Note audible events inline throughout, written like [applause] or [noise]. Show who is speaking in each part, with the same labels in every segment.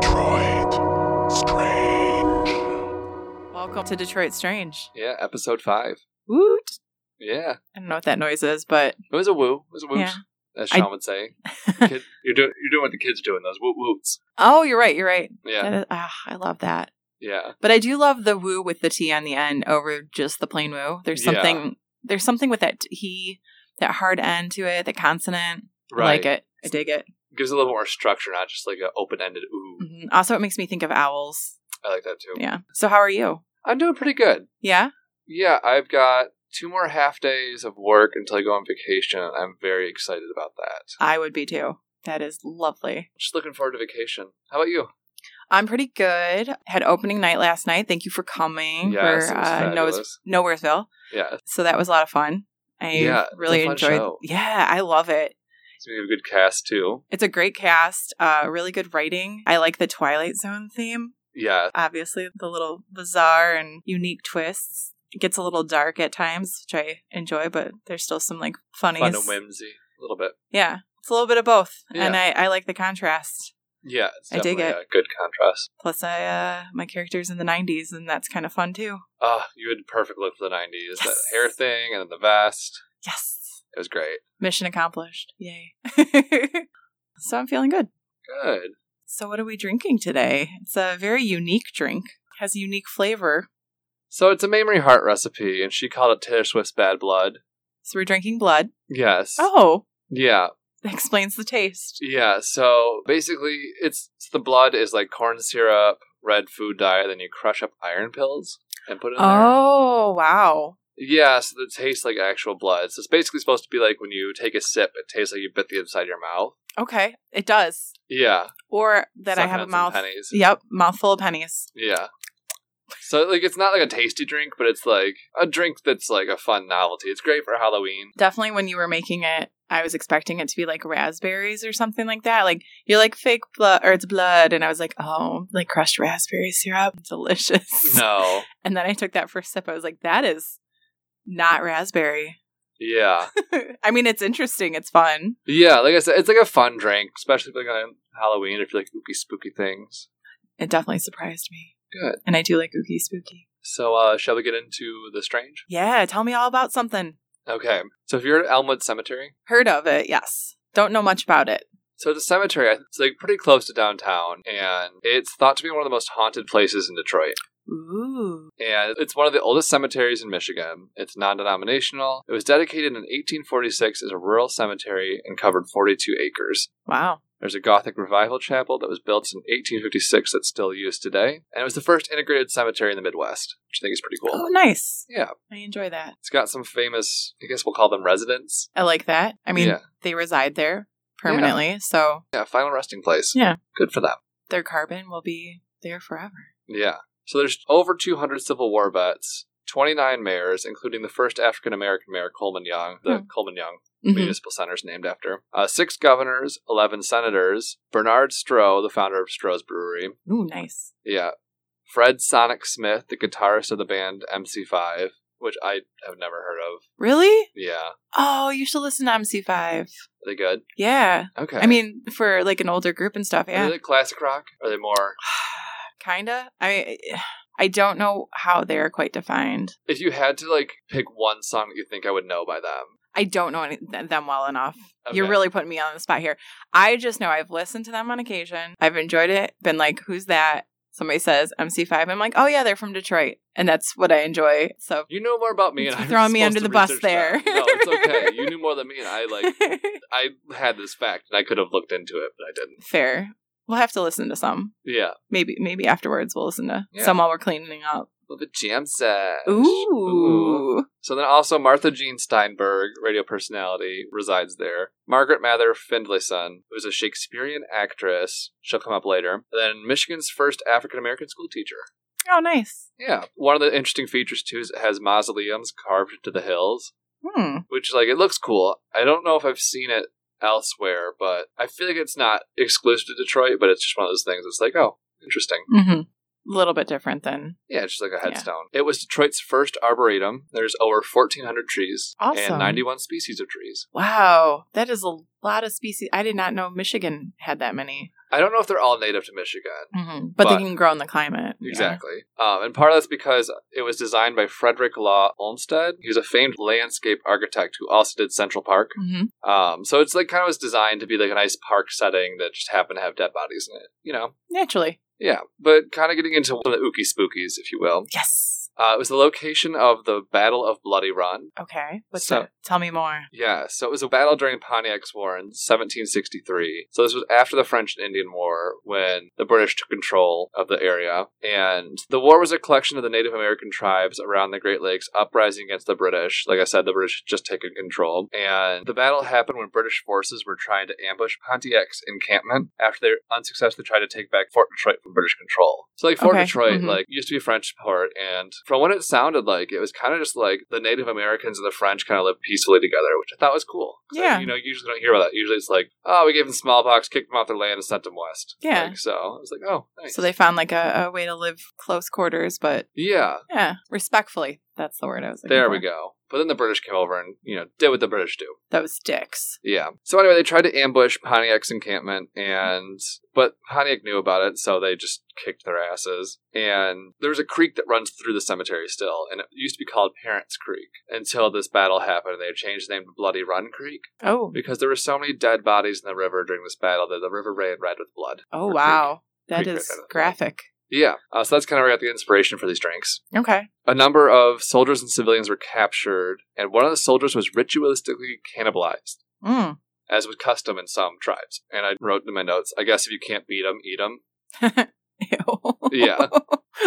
Speaker 1: Detroit Strange.
Speaker 2: Welcome to Detroit Strange.
Speaker 3: Yeah, episode five.
Speaker 2: Woot!
Speaker 3: Yeah,
Speaker 2: I don't know what that noise is, but
Speaker 3: it was a woo. It was a woot,
Speaker 2: Yeah.
Speaker 3: as
Speaker 2: I-
Speaker 3: Sean would say.
Speaker 2: [laughs]
Speaker 3: Kid, you're doing you're doing what the kids doing those woot woots.
Speaker 2: oh, you're right. You're right. That
Speaker 3: Yeah,
Speaker 2: is, ah, I love that.
Speaker 3: yeah,
Speaker 2: But I do love the woo with the T on the end over just the plain woo. There's
Speaker 3: Yeah.
Speaker 2: something. There's something with that he, that hard end to it, the consonant. I
Speaker 3: right.
Speaker 2: like it. I dig it.
Speaker 3: Gives it a little more structure, not just like an open ended ooh.
Speaker 2: Mhm. Also, it makes me think of owls.
Speaker 3: I like that too.
Speaker 2: Yeah. So, how are you?
Speaker 3: I'm doing pretty good.
Speaker 2: Yeah.
Speaker 3: Yeah, I've got two more half days of work until I go on vacation. I'm very excited about that.
Speaker 2: I would be too. That is lovely.
Speaker 3: Just looking forward to vacation. How about you?
Speaker 2: I'm pretty good. Had opening night last night. Thank you for coming.
Speaker 3: Yes,
Speaker 2: We're,
Speaker 3: it was
Speaker 2: uh,
Speaker 3: fabulous.
Speaker 2: Nowheresville.
Speaker 3: Yeah,
Speaker 2: So that was a lot of fun. I
Speaker 3: Yeah, it's a
Speaker 2: really
Speaker 3: fun
Speaker 2: enjoyed.
Speaker 3: show.
Speaker 2: Yeah, I love it.
Speaker 3: so we have a good cast too.
Speaker 2: It's a great cast, uh, really good writing. I like the Twilight Zone theme.
Speaker 3: Yeah,
Speaker 2: Obviously, the little bizarre and unique twists. It gets a little dark at times, which I enjoy, but there's still some like funnies.
Speaker 3: fun and whimsy a little bit.
Speaker 2: Yeah, it's a little bit of both,
Speaker 3: Yeah.
Speaker 2: and I, I like the contrast.
Speaker 3: Yeah, it's
Speaker 2: I dig
Speaker 3: definitely
Speaker 2: it.
Speaker 3: a good contrast.
Speaker 2: Plus, I uh, my character's in the '90s, and that's kind of fun too.
Speaker 3: Oh, you had a perfect look for the 90s. That
Speaker 2: Yes.
Speaker 3: hair thing and then the vest.
Speaker 2: Yes,
Speaker 3: It was great.
Speaker 2: mission accomplished! Yay! [laughs] so I'm feeling good.
Speaker 3: Good.
Speaker 2: So, what are we drinking today? It's a very unique drink. Has a unique flavor.
Speaker 3: So it's a Mamrie Hart recipe, and she called it Taylor Swift's Bad Blood.
Speaker 2: So we're drinking blood.
Speaker 3: Yes.
Speaker 2: Oh,
Speaker 3: Yeah.
Speaker 2: that [laughs] explains the taste.
Speaker 3: Yeah. So basically, it's the blood is like corn syrup, red food dye, then you crush up iron pills and put it in there.
Speaker 2: Oh, wow.
Speaker 3: Yeah, so it tastes like actual blood. So it's basically supposed to be like when you take a sip, it tastes like you bit the inside of your mouth.
Speaker 2: Okay, it does.
Speaker 3: Yeah.
Speaker 2: Or that I have a
Speaker 3: sucking on
Speaker 2: mouth.
Speaker 3: some Pennies.
Speaker 2: Yep, mouthful of pennies.
Speaker 3: Yeah. So like it's not like a tasty drink, but it's like a drink that's like a fun novelty. It's great for Halloween.
Speaker 2: Definitely when you were making it, I was expecting it to be like raspberries or something like that. Like, you're like fake blood, or it's blood. And I was like, oh, like crushed raspberry syrup. [laughs] Delicious.
Speaker 3: No.
Speaker 2: And then I took that first sip. I was like, that is not raspberry.
Speaker 3: Yeah.
Speaker 2: [laughs] I mean, it's interesting. It's fun.
Speaker 3: Yeah, like I said, it's like a fun drink, especially like on Halloween if you like ooky spooky things.
Speaker 2: It definitely surprised me.
Speaker 3: Good.
Speaker 2: And I do like ookie spooky.
Speaker 3: So uh shall we get into the strange?
Speaker 2: Yeah, tell me all about something.
Speaker 3: Okay. So if you're at Elmwood Cemetery,
Speaker 2: Heard of it, yes. Don't know much about it.
Speaker 3: so it's a cemetery, it's like pretty close to downtown, and it's thought to be one of the most haunted places in Detroit.
Speaker 2: Ooh.
Speaker 3: and it's one of the oldest cemeteries in Michigan. It's non denominational. It was dedicated in 1846 as a rural cemetery and covered 42 acres.
Speaker 2: Wow.
Speaker 3: There's a Gothic revival chapel that was built in 1856 that's still used today, and it was the first integrated cemetery in the Midwest, which I think is pretty
Speaker 2: Oh,
Speaker 3: cool.
Speaker 2: nice.
Speaker 3: Yeah,
Speaker 2: I enjoy that.
Speaker 3: it's got some famous, I guess we'll call them residents.
Speaker 2: I like that. I mean,
Speaker 3: Yeah.
Speaker 2: they reside there permanently, so
Speaker 3: Yeah, final resting place.
Speaker 2: Yeah.
Speaker 3: Good for them.
Speaker 2: their carbon will be there forever.
Speaker 3: Yeah. So there's over 200 Civil War vets, 29 mayors, including the first African American mayor, Coleman Young, the
Speaker 2: Hmm.
Speaker 3: Coleman Young
Speaker 2: Mhm.
Speaker 3: municipal centers named after. Uh, six governors, 11 senators, Bernard Stroh, the founder of Stroh's Brewery.
Speaker 2: Ooh, nice.
Speaker 3: Yeah. Fred Sonic Smith, the guitarist of the band MC5, which I have never heard of.
Speaker 2: Really?
Speaker 3: Yeah.
Speaker 2: Oh, you should listen to MC5.
Speaker 3: Are they good?
Speaker 2: Yeah.
Speaker 3: Okay.
Speaker 2: I mean, for like an older group and stuff, yeah.
Speaker 3: Are they like classic rock? Are they more.
Speaker 2: kinda. I I don't know how they are quite defined.
Speaker 3: If you had to like pick one song that you think I would know by them.
Speaker 2: I don't know any, th- them well enough. You're
Speaker 3: Okay.
Speaker 2: really putting me on the spot here. I just know I've listened to them on occasion. I've enjoyed it. Been like, who's that? Somebody says MC5. I'm like, oh yeah, they're from Detroit, and that's what I enjoy. So
Speaker 3: You know more about me, and
Speaker 2: You're
Speaker 3: I'm
Speaker 2: throwing me
Speaker 3: supposed
Speaker 2: under
Speaker 3: to
Speaker 2: the bus
Speaker 3: research that.
Speaker 2: there.
Speaker 3: No, it's okay.
Speaker 2: [laughs]
Speaker 3: You knew more than me, and I like I had this fact, and I could have looked into it, but I didn't.
Speaker 2: fair. We'll have to listen to some.
Speaker 3: Yeah.
Speaker 2: Maybe maybe afterwards we'll listen to
Speaker 3: Yeah.
Speaker 2: some while we're cleaning up.
Speaker 3: Well, the jam set.
Speaker 2: Ooh.
Speaker 3: So then also Martha Jean Steinberg, radio personality, resides there. Margaret Mather Findlayson, who's a Shakespearean actress, she'll come up later. And then Michigan's first African American school teacher.
Speaker 2: Oh, nice.
Speaker 3: Yeah. One of the interesting features too is it has mausoleums carved into the hills,
Speaker 2: Hmm.
Speaker 3: which like it looks cool. I don't know if I've seen it elsewhere, but I feel like it's not exclusive to Detroit, but it's just one of those things. It's like, oh, interesting.
Speaker 2: Mm-hmm. A little bit different than
Speaker 3: Yeah, it's just like a
Speaker 2: Yeah.
Speaker 3: headstone. It was Detroit's first arboretum. There's over 1,400 trees
Speaker 2: Awesome.
Speaker 3: and 91 species of trees.
Speaker 2: wow. That is a lot of species. I did not know Michigan had that many.
Speaker 3: I don't know if they're all native to Michigan.
Speaker 2: Mm-hmm. But, they
Speaker 3: But-
Speaker 2: can grow in the climate. Yeah.
Speaker 3: Exactly. Um, and part of that's because it was designed by Frederick Law Olmsted. He was a famed landscape architect who also did Central Park.
Speaker 2: Mhm.
Speaker 3: Um, so it's like kind of was designed to be like a nice park setting that just happened to have dead bodies in it, you know?
Speaker 2: Naturally.
Speaker 3: Yeah, but kind of getting into one of the ookie spookies, if you will.
Speaker 2: Yes.
Speaker 3: Uh, it was the location of the Battle of Bloody Run.
Speaker 2: Okay. What's
Speaker 3: So-
Speaker 2: that? Tell me more.
Speaker 3: Yeah, so it was a battle during Pontiac's War in 1763. So this was after the French and Indian War when the British took control of the area. And the war was a collection of the Native American tribes around the Great Lakes uprising against the British. Like I said, the British had just taken control. And the battle happened when British forces were trying to ambush Pontiac's encampment after they unsuccessfully tried to take back Fort Detroit from British control. So like Fort
Speaker 2: Okay,
Speaker 3: Detroit,
Speaker 2: mhm.
Speaker 3: like like used to be a French port, and from what it sounded like, it was kind of just like the Native Americans and the French kind of lived peacefully together, which I thought was cool. 'Cause, like,
Speaker 2: Yeah.
Speaker 3: you know, you usually don't hear about that. Usually it's like, oh, we gave them smallpox, kicked them off their land, and sent them west.
Speaker 2: Yeah.
Speaker 3: Like, so I was like, oh, nice.
Speaker 2: So they found like a, a way to live close quarters, but
Speaker 3: yeah,
Speaker 2: yeah, respectfully. That's the word I was looking
Speaker 3: there
Speaker 2: for.
Speaker 3: we go. But then the British came over and you know did what the British do.
Speaker 2: Those dicks.
Speaker 3: Yeah. So anyway, they tried to ambush Pontiac's encampment, and but Pontiac knew about it, so they just kicked their asses. And there's a creek that runs through the cemetery still, and it used to be called Parents Creek until this battle happened. They changed the name to Bloody Run Creek
Speaker 2: Oh.
Speaker 3: because there were so many dead bodies in the river during this battle that the river ran red with blood.
Speaker 2: Oh,
Speaker 3: Creek.
Speaker 2: wow. That is
Speaker 3: Creek right out of the-
Speaker 2: graphic.
Speaker 3: Yeah. Uh, so that's kind of where I got the inspiration for these drinks.
Speaker 2: Okay.
Speaker 3: A number of soldiers and civilians were captured, and one of the soldiers was ritualistically cannibalized.
Speaker 2: Mm. [laughs]
Speaker 3: as was custom in some tribes. And I wrote in my notes, I guess if you can't beat them, eat them.
Speaker 2: Ew.
Speaker 3: Yeah.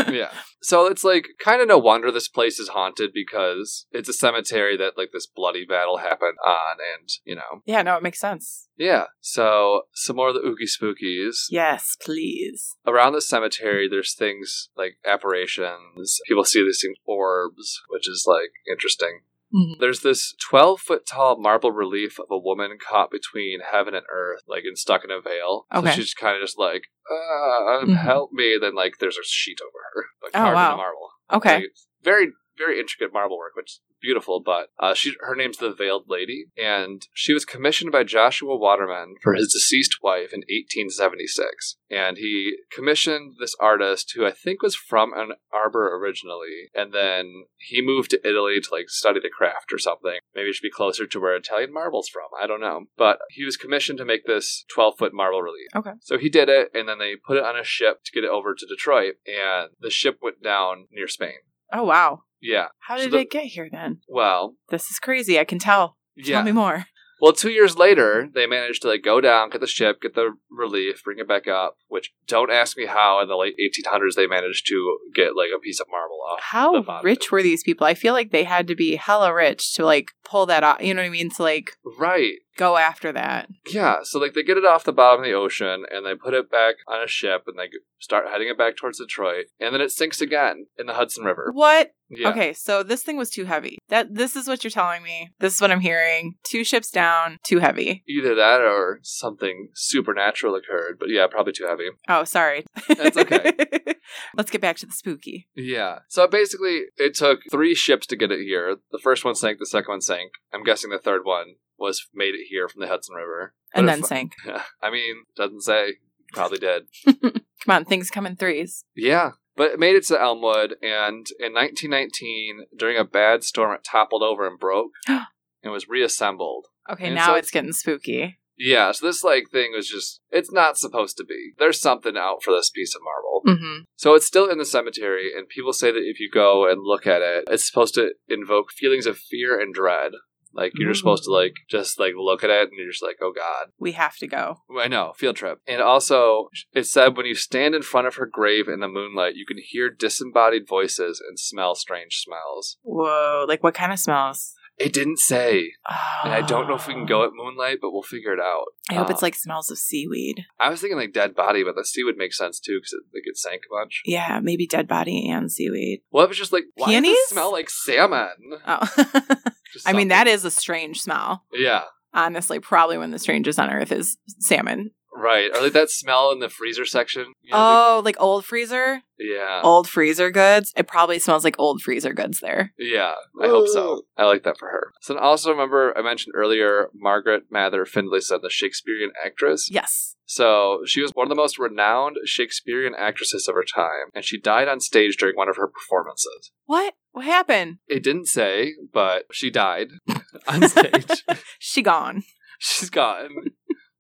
Speaker 3: Yeah. so it's like kind of no wonder this place is haunted because it's a cemetery that like this bloody battle happened on, and you know,
Speaker 2: Yeah, no, it makes sense.
Speaker 3: yeah. So some more of the ookie spookies
Speaker 2: Yes, please.
Speaker 3: around the cemetery. There's things like apparitions. People see these things orbs, which is like interesting.
Speaker 2: Mhm.
Speaker 3: There's this 12 foot tall marble relief of a woman caught between heaven and earth, like and stuck in a veil.
Speaker 2: Okay.
Speaker 3: So she's kind of just like, uh,
Speaker 2: Mhm.
Speaker 3: help me. Then, like, there's a sheet over her, like
Speaker 2: Oh,
Speaker 3: carved in
Speaker 2: wow.
Speaker 3: the marble.
Speaker 2: Okay.
Speaker 3: Like, it's very, very intricate marble work, which is beautiful. But uh, she, her name's the Veiled Lady, and she was commissioned by Joshua Waterman for his deceased wife in 1876. And he commissioned this artist who I think was from Ann Arbor originally, and then he moved to Italy to like study the craft or something. Maybe it should be closer to where Italian marble's from. I don't know. But he was commissioned to make this 12 foot marble relief. So he did it, and then they put it on a ship to get it over to Detroit, and the ship went down near Spain.
Speaker 2: Oh, wow.
Speaker 3: Yeah.
Speaker 2: How
Speaker 3: So
Speaker 2: did
Speaker 3: the-
Speaker 2: it get here then?
Speaker 3: Well,
Speaker 2: This is crazy. I can tell.
Speaker 3: yeah.
Speaker 2: Tell me more.
Speaker 3: well, two years later, they managed to like go down, get the ship, get the relief, bring it back up. Which don't ask me how. In the late 1800s, they managed to get like a piece of marble off. Oh, the
Speaker 2: How
Speaker 3: bottom
Speaker 2: rich
Speaker 3: of
Speaker 2: were these people? I feel like they had to be hella rich to like pull that off. You know what I mean? To like
Speaker 3: it. Right.
Speaker 2: go after that.
Speaker 3: Yeah, so like they get it off the bottom of the ocean and they put it back on a ship and they start heading it back towards Detroit and then it sinks again in the Hudson River.
Speaker 2: What?
Speaker 3: Yeah.
Speaker 2: Okay, so this thing was too heavy. That this is what you're telling me. This is what I'm hearing. Two ships down, too heavy.
Speaker 3: Either that or something supernatural occurred, but yeah, probably too heavy.
Speaker 2: Oh, sorry.
Speaker 3: That's okay.
Speaker 2: [laughs] Let's get back to the spooky.
Speaker 3: Yeah. So basically, it took three ships to get it here. The first one sank, the second one sank. I'm guessing the third one was made it here from the Hudson River. But
Speaker 2: And
Speaker 3: if-
Speaker 2: then sank.
Speaker 3: [laughs] I mean, doesn't say. Probably did.
Speaker 2: Come on, things come in threes.
Speaker 3: Yeah. But it made it to Elmwood, and in 1919, during a bad storm, it toppled over
Speaker 2: [gasps]
Speaker 3: and broke and was reassembled.
Speaker 2: Okay,
Speaker 3: And
Speaker 2: now
Speaker 3: so
Speaker 2: it's getting spooky.
Speaker 3: Yeah, so this like thing was just it's not supposed to be. There's something out for this piece of marble.
Speaker 2: hmm
Speaker 3: So it's still in the cemetery and people say that if you go and look at it, it's supposed to invoke feelings of fear and dread. Like you're
Speaker 2: Mhm.
Speaker 3: just supposed to like just like look at it and you're just like, oh god.
Speaker 2: We have to go.
Speaker 3: I know, field trip. And also, it said when you stand in front of her grave in the moonlight, you can hear disembodied voices and smell strange smells.
Speaker 2: Whoa. Like, what kind of smells?
Speaker 3: It didn't say,
Speaker 2: Oh.
Speaker 3: and I don't know if we can go at moonlight, but we'll figure it out.
Speaker 2: I hope
Speaker 3: Uh,
Speaker 2: it's like smells of seaweed.
Speaker 3: I was thinking like dead body, but the sea would make sense too because it, like it sank a bunch.
Speaker 2: Yeah, maybe dead body and seaweed.
Speaker 3: Well, it was just like why does
Speaker 2: Peonies?
Speaker 3: it smell like salmon?
Speaker 2: Oh. [laughs]
Speaker 3: Just
Speaker 2: I mean,
Speaker 3: something.
Speaker 2: that is a strange smell.
Speaker 3: yeah,
Speaker 2: Honestly, probably when the strangest on earth is salmon.
Speaker 3: right. Or like that smell in the freezer section. You know,
Speaker 2: Oh, like old freezer?
Speaker 3: the- yeah,
Speaker 2: Old freezer goods? It probably smells like old freezer goods there.
Speaker 3: yeah. I hope so. I like that for her. So and also remember I mentioned earlier Margaret Mather Findlayson, the Shakespearean actress.
Speaker 2: Yes.
Speaker 3: So she was one of the most renowned Shakespearean actresses of her time, and she died on stage during one of her performances.
Speaker 2: What? What happened?
Speaker 3: It didn't say, but she died [laughs] on stage.
Speaker 2: She gone.
Speaker 3: She's gone.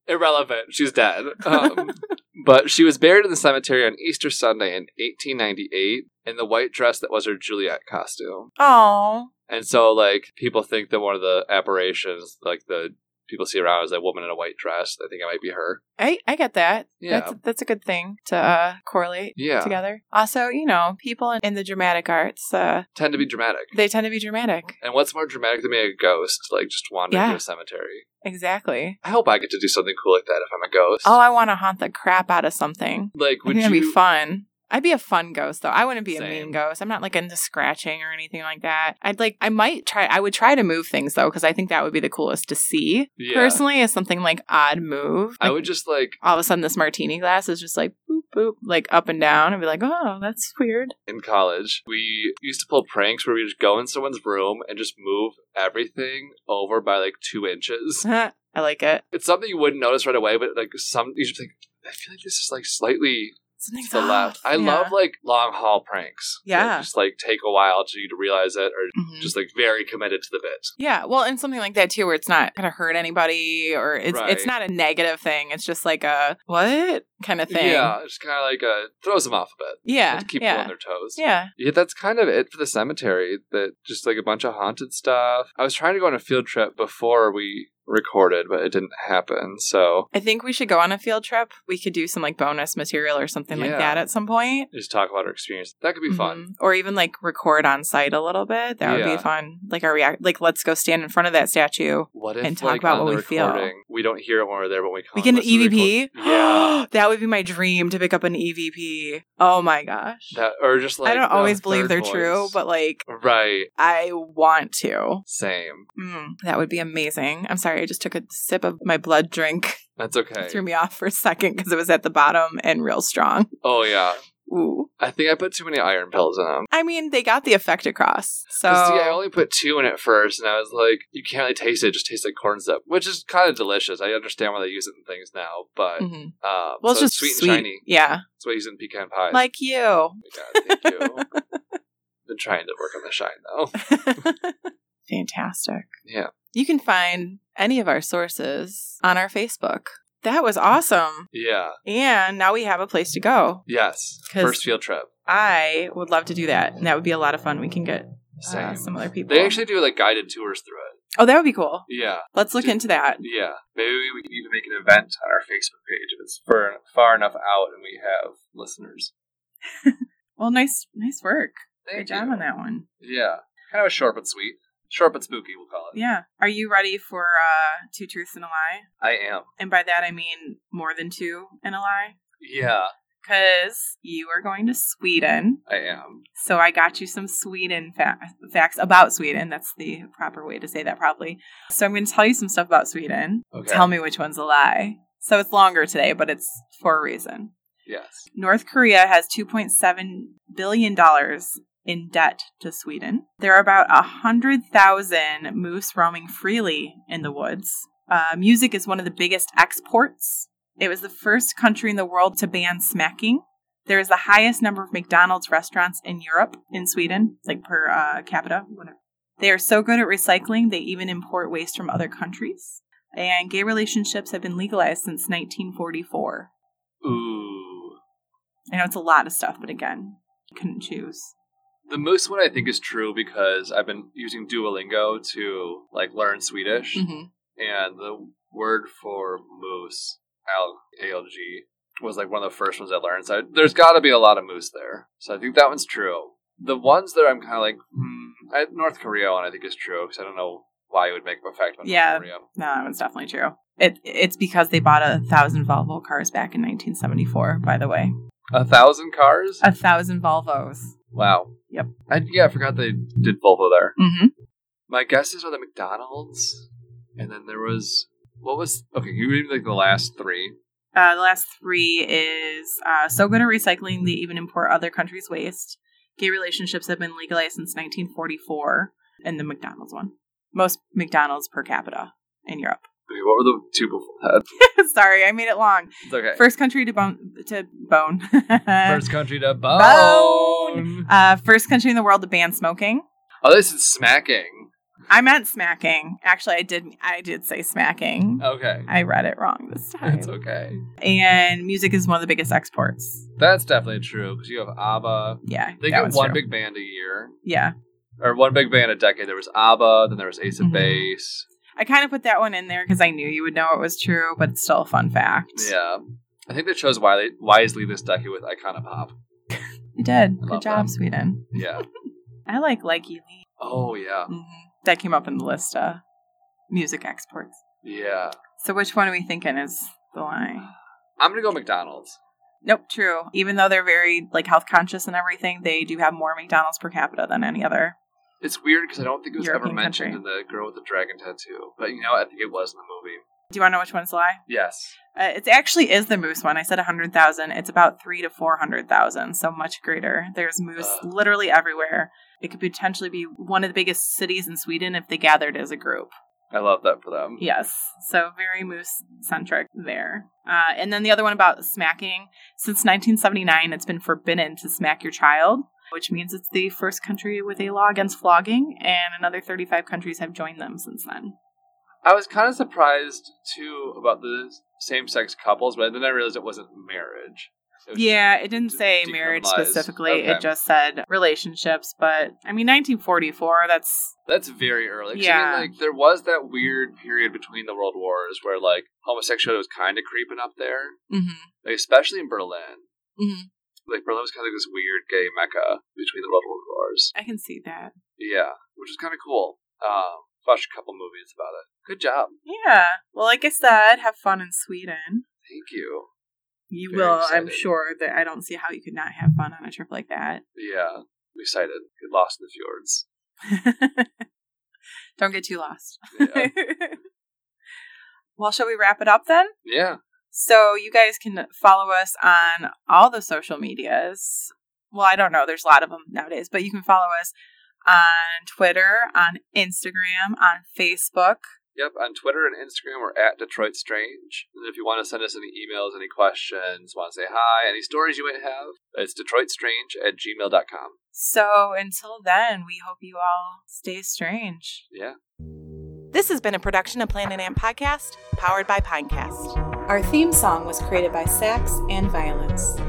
Speaker 3: Irrelevant. She's dead. Um, but she was buried in the cemetery on Easter Sunday in 1898 in the white dress that was her Juliet costume.
Speaker 2: Oh.
Speaker 3: And so, like, people think that one of the aberrations, like, the people see around is that woman in a white dress. They think it might be her.
Speaker 2: I, I get that.
Speaker 3: Yeah.
Speaker 2: That's, that's a good thing to uh, correlate
Speaker 3: Yeah.
Speaker 2: together. Also, you know, people in, in the dramatic arts, uh,
Speaker 3: Tend to be dramatic.
Speaker 2: they tend to be dramatic.
Speaker 3: And what's more dramatic than being a ghost? Like, just wandering
Speaker 2: Yeah.
Speaker 3: through a cemetery.
Speaker 2: Exactly.
Speaker 3: I hope I get to do something cool like that if I'm a ghost.
Speaker 2: Oh, I want to haunt the crap out of something.
Speaker 3: like,
Speaker 2: I
Speaker 3: would
Speaker 2: think that'd
Speaker 3: you.
Speaker 2: be fun. I'd be a fun ghost though. I wouldn't be a
Speaker 3: Same.
Speaker 2: mean ghost. I'm not like into scratching or anything like that. I'd like I might try I would try to move things though because I think that would be the coolest to see.
Speaker 3: Yeah.
Speaker 2: Personally, is something like odd move.
Speaker 3: I
Speaker 2: Like,
Speaker 3: would just, like,
Speaker 2: all of a sudden this martini glass is just like boop boop like up and down and be like, "Oh, that's weird." [laughs]
Speaker 3: in college, we used to pull pranks where we just go in someone's room and just move everything over by like
Speaker 2: [laughs]
Speaker 3: two inches.
Speaker 2: I like it.
Speaker 3: It's something you wouldn't notice right away, but like some you just think, I feel like this is like slightly
Speaker 2: Something's
Speaker 3: to the left.
Speaker 2: off.
Speaker 3: I
Speaker 2: Yeah.
Speaker 3: love like long haul pranks. that
Speaker 2: Yeah.
Speaker 3: just like take a while to you to realize it, or
Speaker 2: Mhm.
Speaker 3: just like very committed to the bit.
Speaker 2: Yeah, well, and something like that too, where it's not gonna hurt anybody, or it's it's
Speaker 3: Right.
Speaker 2: not a negative thing. It's just like a what kind of thing.
Speaker 3: Yeah, it's kind of like uh, throws them off a bit.
Speaker 2: yeah,
Speaker 3: to keep them on
Speaker 2: yeah,
Speaker 3: their toes.
Speaker 2: yeah.
Speaker 3: Yeah, that's kind of it for the cemetery. That just like a bunch of haunted stuff. I was trying to go on a field trip before we recorded, but it didn't happen. So
Speaker 2: I think we should go on a field trip. We could do some like bonus material or something like
Speaker 3: Yeah.
Speaker 2: that at some point.
Speaker 3: just talk about our experience. That could be fun.
Speaker 2: Mhm. Or even like record on site a little bit. That would
Speaker 3: Yeah.
Speaker 2: be fun. Like our react like let's go stand in front of that statue.
Speaker 3: What if
Speaker 2: And talk
Speaker 3: like,
Speaker 2: about
Speaker 3: on
Speaker 2: what
Speaker 3: the
Speaker 2: we feel.
Speaker 3: recording, We don't hear it when we're there, but we come
Speaker 2: We get an E
Speaker 3: listen to the
Speaker 2: EVP.
Speaker 3: record- [gasps] Yeah.
Speaker 2: [gasps] that would be my dream to pick up an EVP. Oh my gosh.
Speaker 3: That, or just like
Speaker 2: I don't
Speaker 3: the
Speaker 2: always believe
Speaker 3: third
Speaker 2: they're
Speaker 3: voice.
Speaker 2: true, but like
Speaker 3: right,
Speaker 2: I want to.
Speaker 3: same.
Speaker 2: Mm, that would be amazing. I'm sorry, I just took a sip of my blood drink. [laughs]
Speaker 3: That's okay.
Speaker 2: It threw me off for a second because it was at the bottom and real strong.
Speaker 3: Oh yeah,
Speaker 2: Ooh.
Speaker 3: I think I put too many iron pills in them.
Speaker 2: I mean, they got the effect across. So
Speaker 3: See, I only put two in it first, and I was like, "You can't really taste it; it just tastes like corn syrup," which is kind of delicious. I understand why they use it in things now, but
Speaker 2: Mhm.
Speaker 3: um,
Speaker 2: Well,
Speaker 3: so
Speaker 2: it's just
Speaker 3: sweet,
Speaker 2: sweet,
Speaker 3: and shiny.
Speaker 2: Yeah,
Speaker 3: That's why I use it in pecan pies.
Speaker 2: like you.
Speaker 3: [laughs]
Speaker 2: [laughs]
Speaker 3: Oh my God, thank you. Been trying to work on the shine though.
Speaker 2: Fantastic.
Speaker 3: Yeah.
Speaker 2: You can find any of our sources on our Facebook. That was awesome.
Speaker 3: Yeah.
Speaker 2: And now we have a place to go.
Speaker 3: Yes.
Speaker 2: 'Cause-
Speaker 3: First field trip.
Speaker 2: I would love to do that. And that would be a lot of fun. We can get
Speaker 3: Same.
Speaker 2: uh, some other people.
Speaker 3: They actually do like guided tours through it.
Speaker 2: oh, that would be cool.
Speaker 3: Yeah,
Speaker 2: Let's look into that.
Speaker 3: yeah. Maybe we can even make an event on our Facebook page if it's far, far enough out and we have listeners.
Speaker 2: Well, nice, nice work. Great
Speaker 3: Thank
Speaker 2: job
Speaker 3: you.
Speaker 2: on that one.
Speaker 3: Yeah, kind of short but sweet, short but spooky. We'll call it.
Speaker 2: Yeah. Are you ready for uh, two truths and a lie?
Speaker 3: I am.
Speaker 2: And by that I mean more than two and a lie.
Speaker 3: Yeah,
Speaker 2: because you are going to Sweden.
Speaker 3: I am.
Speaker 2: So I got you some Sweden fa- facts about Sweden. That's the proper way to say that, probably. So I'm going to tell you some stuff about Sweden.
Speaker 3: Okay.
Speaker 2: Tell me which one's a lie. So it's longer today, but it's for a reason.
Speaker 3: Yes.
Speaker 2: North Korea has $2.7 billion in debt to Sweden. There are about 100,000 moose roaming freely in the woods. Uh, music is one of the biggest exports. It was the first country in the world to ban smacking. There is the highest number of McDonald's restaurants in Europe, in Sweden, like per uh, capita, whatever. They are so good at recycling, they even import waste from other countries. And gay relationships have been legalized since 1944.
Speaker 3: Ooh.
Speaker 2: I know it's a lot of stuff, but again, couldn't choose.
Speaker 3: The moose one I think is true because I've been using Duolingo to like learn Swedish,
Speaker 2: Mm-hmm.
Speaker 3: and the word for moose, al- alg, was like one of the first ones I learned. So I, there's got to be a lot of moose there. So I think that one's true. The ones that I'm kind of like, hmm, I, North Korea one I think is true because I don't know why it would make a fact on
Speaker 2: Yeah.
Speaker 3: North Korea.
Speaker 2: No, that one's definitely true. It, it's because they bought a thousand Volvo cars back in 1974, by the way.
Speaker 3: A thousand cars?
Speaker 2: A thousand Volvos.
Speaker 3: wow.
Speaker 2: Yep.
Speaker 3: I, yeah, I forgot they did Volvo there.
Speaker 2: Mm-hmm.
Speaker 3: My guesses are the McDonald's, and then there was what was okay. You read like the last three.
Speaker 2: Uh, the last three is uh, so good at recycling, they even import other countries' waste. Gay relationships have been legalized since 1944, and the McDonald's one. Most McDonald's per capita in Europe. [laughs]
Speaker 3: Okay, what were the two before that?
Speaker 2: Sorry, I made it long.
Speaker 3: It's okay.
Speaker 2: First country to bone. To bone. [laughs]
Speaker 3: First country to bone.
Speaker 2: Bone! Uh, first country in the world to ban smoking.
Speaker 3: Oh, this is smacking.
Speaker 2: I meant smacking. Actually, I did. I did say smacking.
Speaker 3: Okay,
Speaker 2: I read it wrong this time.
Speaker 3: Oh. [laughs] that's okay.
Speaker 2: And music is one of the biggest exports.
Speaker 3: That's definitely true because you have ABBA.
Speaker 2: Yeah,
Speaker 3: They
Speaker 2: that
Speaker 3: get
Speaker 2: one's
Speaker 3: one
Speaker 2: true.
Speaker 3: big band a year
Speaker 2: Yeah,
Speaker 3: or one big band a decade. There was ABBA, then there was Ace of
Speaker 2: Mhm.
Speaker 3: Base.
Speaker 2: I kind of put that one in there because I knew you would know it was true, but it's still a fun fact.
Speaker 3: Yeah, I think they chose wisely, wisely this decade with Iconopop.
Speaker 2: you did.
Speaker 3: I love
Speaker 2: Good job,
Speaker 3: that.
Speaker 2: Sweden. [laughs]
Speaker 3: Yeah.
Speaker 2: I like Likey Lee.
Speaker 3: oh yeah.
Speaker 2: hmm That came up in the list. Uh, music exports.
Speaker 3: Yeah.
Speaker 2: So which one are we thinking is the line?
Speaker 3: I'm gonna go McDonald's.
Speaker 2: Nope, true. Even though they're very like health conscious and everything, they do have more McDonald's per capita than any other.
Speaker 3: It's weird because I don't think it was
Speaker 2: European
Speaker 3: ever mentioned
Speaker 2: country.
Speaker 3: in the girl with the dragon tattoo, but you know, I think it was in the movie.
Speaker 2: Do you want to know which one's the lie?
Speaker 3: Yes.
Speaker 2: Uh, it actually is the moose one. I said 100,000. It's about three to 400,000, so much greater. There's moose
Speaker 3: Ugh.
Speaker 2: literally everywhere. It could potentially be one of the biggest cities in Sweden if they gathered as a group.
Speaker 3: I love that for them.
Speaker 2: Yes, so very moose centric there. Uh, and then the other one about smacking. Since 1979, it's been forbidden to smack your child, which means it's the first country with a law against flogging, and another 35 countries have joined them since then.
Speaker 3: I was kind of surprised too about the same sex couples, but then I realized it wasn't marriage. It was
Speaker 2: Yeah, it didn't
Speaker 3: d-
Speaker 2: say marriage
Speaker 3: decriminalized.
Speaker 2: specifically.
Speaker 3: Okay.
Speaker 2: It just said relationships. But I mean, 1944. That's
Speaker 3: That's very early. 'Cause
Speaker 2: Yeah.
Speaker 3: I mean, like there was that weird period between the world wars where like homosexuality was kind of creeping up there, like, especially in Berlin.
Speaker 2: Mhm.
Speaker 3: Like Berlin was kind of like this weird gay mecca between the world wars.
Speaker 2: I can see that.
Speaker 3: Yeah, which is kind of cool. Um, watched a couple movies about it. Good job.
Speaker 2: Yeah. Well, like I said, have fun in Sweden.
Speaker 3: Thank you.
Speaker 2: You
Speaker 3: Very
Speaker 2: will, I'm
Speaker 3: excited.
Speaker 2: sure. That I don't see how you could not have fun on a trip like that. [laughs]
Speaker 3: Yeah, I'm excited. Get lost in the fjords.
Speaker 2: don't get too lost. [laughs]
Speaker 3: Yeah.
Speaker 2: well, shall we wrap it up then?
Speaker 3: yeah.
Speaker 2: So you guys can follow us on all the social medias. Well, I don't know. There's a lot of them nowadays, but you can follow us on Twitter, on Instagram, on Facebook.
Speaker 3: Yep. On Twitter and Instagram, we're at Detroit Strange. And if you want to send us any emails, any questions, want to say hi, any stories you might have, it's DetroitStrange at gmail.com.
Speaker 2: So until then, we hope you all stay strange.
Speaker 3: Yeah.
Speaker 4: This has been a production of Planet Amp Podcast, powered by Pinecast.
Speaker 2: Our theme song was created by Sax and Violence.